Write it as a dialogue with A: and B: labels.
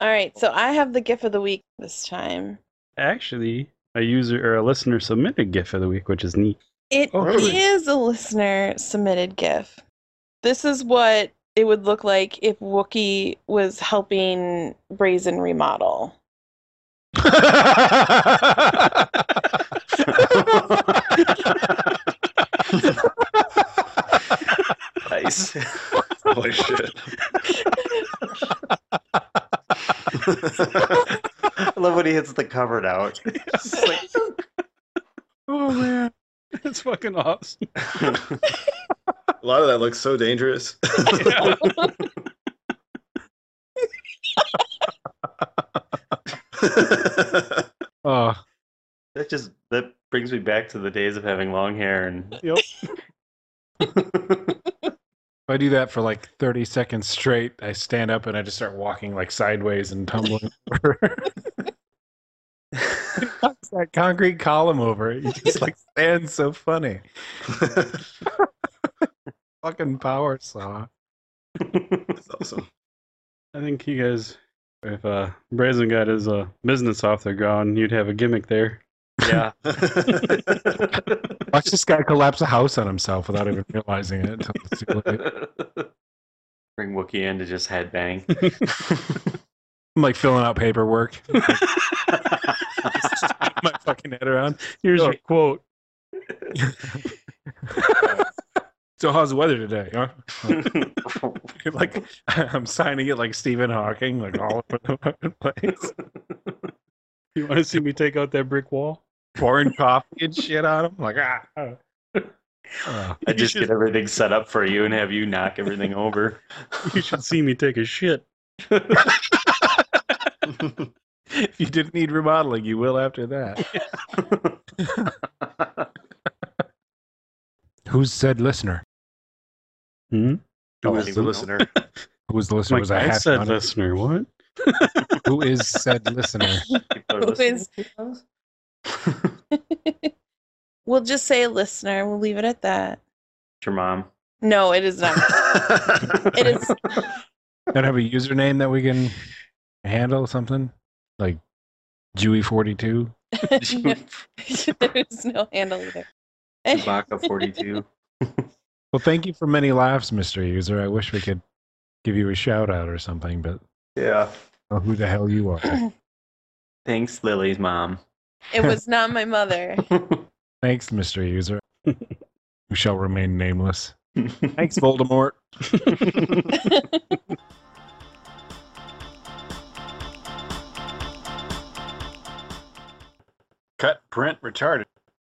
A: All right, so I have the GIF of the week this time.
B: Actually, a user or a listener submitted GIF of the week, which is neat.
A: It is
B: Oh, really?
A: a listener submitted GIF. This is what it would look like if Wookiee was helping Brazen remodel.
C: Nice. Holy shit.
D: I love when he hits the cupboard out. Just like-
B: oh man, that's fucking awesome.
C: A lot of that looks so dangerous.
B: Yeah. Oh,
D: that just that brings me back to the days of having long hair and
B: yep. if I do that for like 30 seconds straight, I stand up and I just start walking like sideways and tumbling over. It's that concrete column over. It just like stands so funny.
C: That's
B: Fucking power saw.
C: awesome.
B: I think he guys, if uh, Brazen got his uh, business off the ground, you'd have a gimmick there.
D: yeah.
B: Watch this guy collapse a house on himself without even realizing it. Until it's too late.
D: Bring Wookie in to just headbang.
B: I'm like filling out paperwork. my fucking head around. Here's your quote. so how's the weather today? Huh? like I'm signing it like Stephen Hawking, like all over the fucking place. You want to see me take out that brick wall? Pouring coffee and shit on him, like ah. Uh,
D: I just get everything set up for you and have you knock everything over.
B: you should see me take a shit. if you didn't need remodeling, you will after that. Who's said listener? Hmm?
C: Who is the listener?
B: Who was the listener?
E: Like,
B: was
E: I
B: half
E: said
B: on it?
E: listener. What?
B: Who is said listener?
D: People are
A: Who
D: listening
A: is-
D: to those?
A: We'll just say listener. We'll leave it at that.
D: Your mom.
A: No, it is not. It is
B: Don't have a username that we can handle something like Jewy42.
A: no, there is no handle either.
D: Chewbacca 42.
B: Well, thank you for many laughs, Mr. User. I wish we could give you a shout out or something, but
C: yeah.
B: I don't know who the hell you are.
D: Thanks, Lily's mom.
A: It was not my mother.
B: Thanks, Mr. User. Who shall remain nameless.
D: Thanks.
B: Thanks, Voldemort.
C: Cut, print, retarded.